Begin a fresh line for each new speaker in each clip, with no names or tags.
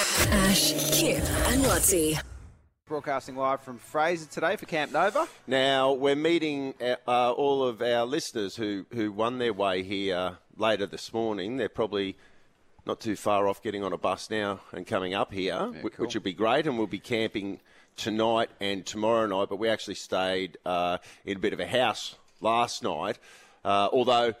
Ash, Kip, and Lotzi.
Broadcasting live from Fraser today for Camp Nova.
Now we're meeting uh, uh, all of our listeners who who won their way here later this morning. They're probably not too far off getting on a bus now and coming up here, whi-
cool.
which would be great. And we'll be camping tonight and tomorrow night. But we actually stayed uh, in a bit of a house last night, uh, although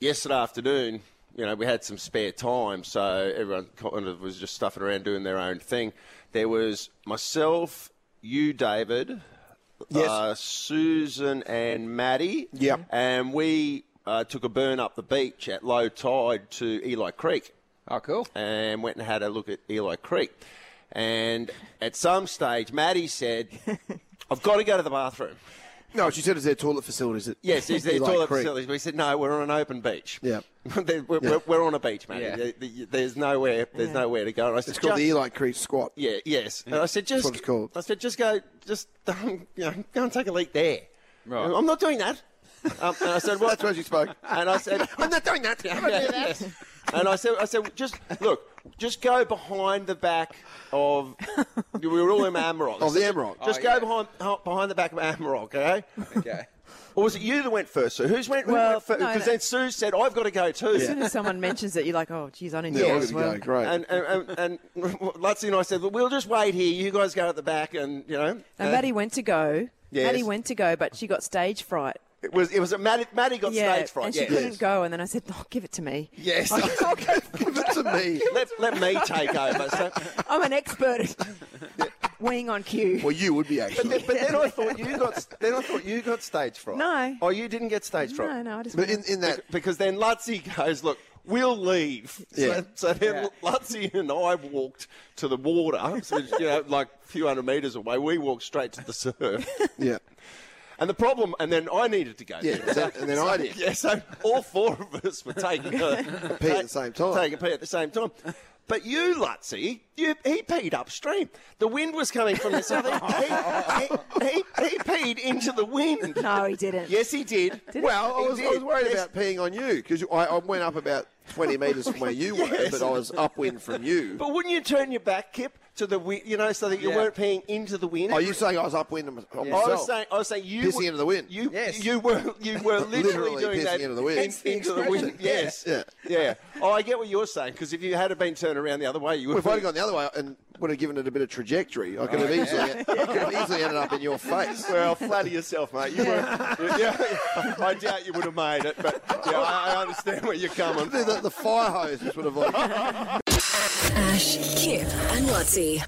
yesterday afternoon, you know, we had some spare time, so everyone kind of was just stuffing around doing their own thing. There was myself, you, David,
Yes.
uh, Susan, and Maddie.
Yep.
And we uh, took a burn up the beach at low tide to Eli Creek
Oh, cool.
and went and had a look at Eli Creek. And at some stage, Maddie said, I've got to go to the bathroom.
No, she said it's their toilet facilities. at-
Yes, is there
Eli
toilet
Creek.
facilities? We said no. We're on an open beach.
Yeah.
There- we're, we're, we're on a beach, mate.
Yeah.
There- there- There's nowhere. There's nowhere to go. And I said,
It's called
"Just-
the Eli Creek Squat.
yeah, yes. And I said, just
what it's called.
I said, just go, just um, you know, go and take a leak there.
Right.
I'm not doing that. Um, and I said, well,
That's where she spoke.
and I said, I'm not doing that. Yes. And I said, I said, just look, just go behind the back of. We were all in Amarok.
Oh, the Amarok.
Just
Oh,
go
yeah.
behind oh, behind the back of Amarok, okay?
Okay.
Or was it you that went first? So who's went?
Well,
Well, because
no, that-
then Sue said, "I've got to go too."
As soon as someone mentions it, you're like, oh, geez, I need to
Yeah,
go
I'm
as
gonna
well.
go. Great.
And and, and, and Lutzi and I said, well, "We'll just wait here. You guys go at the back, and you know."
Now, Maddie went to go.
Yes.
Maddie went to go, but she got stage fright.
It was it was a Maddie, Maddie got
yeah,
stage fright.
and she
yes.
couldn't go. And then I said, oh, give it to me. "Oh,
Yes.
Give it to me.
let, let me take over. So,
I'm an expert at weeing on cue.
Well, you would be
but, then,
actually.
but then I thought you got then I thought you got stage fright.
No.
Oh, you didn't get stage fright.
no, no, I just
But in, in that,
Because then Lutzi goes, look, we'll leave.
Yeah.
So, so then
Yeah.
Lutzi and I walked to the water, so, you know, like a few hundred metres away. We walked straight to the surf.
yeah.
And the problem, and then I needed to go.
Yeah,
there.
so- and then I did.
Yeah, so all four of us were taking a
pee at the same time.
Taking a pee at the same time. But you, Lutzy, you, he peed upstream. The wind was coming from the south. He, he, he, he peed into the wind.
No, he didn't.
Yes, he did.
Well, I
He
was, I
did.
was worried
Yes.
about peeing on you because I, I went up about 20 metres from where you were,
Yes.
but I was upwind from you.
But wouldn't you turn your back, Kip, to the wind, you know, so that you
Yeah.
weren't peeing into the wind?
Are you saying I was upwind on myself?
I was saying, I was saying, you
Pissing
were,
into the wind.
You,
Yes.
you were, you were literally,
Literally
doing
pissing
that
into the wind. That's
the
into the wind.
expression.
Yes, yeah.
Yeah.
Oh, I get what you're saying because if you had have been turned around the other way, you would.
Well, if I'd have gone the other way and would have given it a bit of trajectory, I could have easily, I could have easily ended up in your face.
Oh, well, flatter yourself, mate. You were, yeah, I doubt you would have made it, but yeah, I, I understand where you're coming.
The, the, the fire hoses would have like
Ash, Kip, and Lotzi.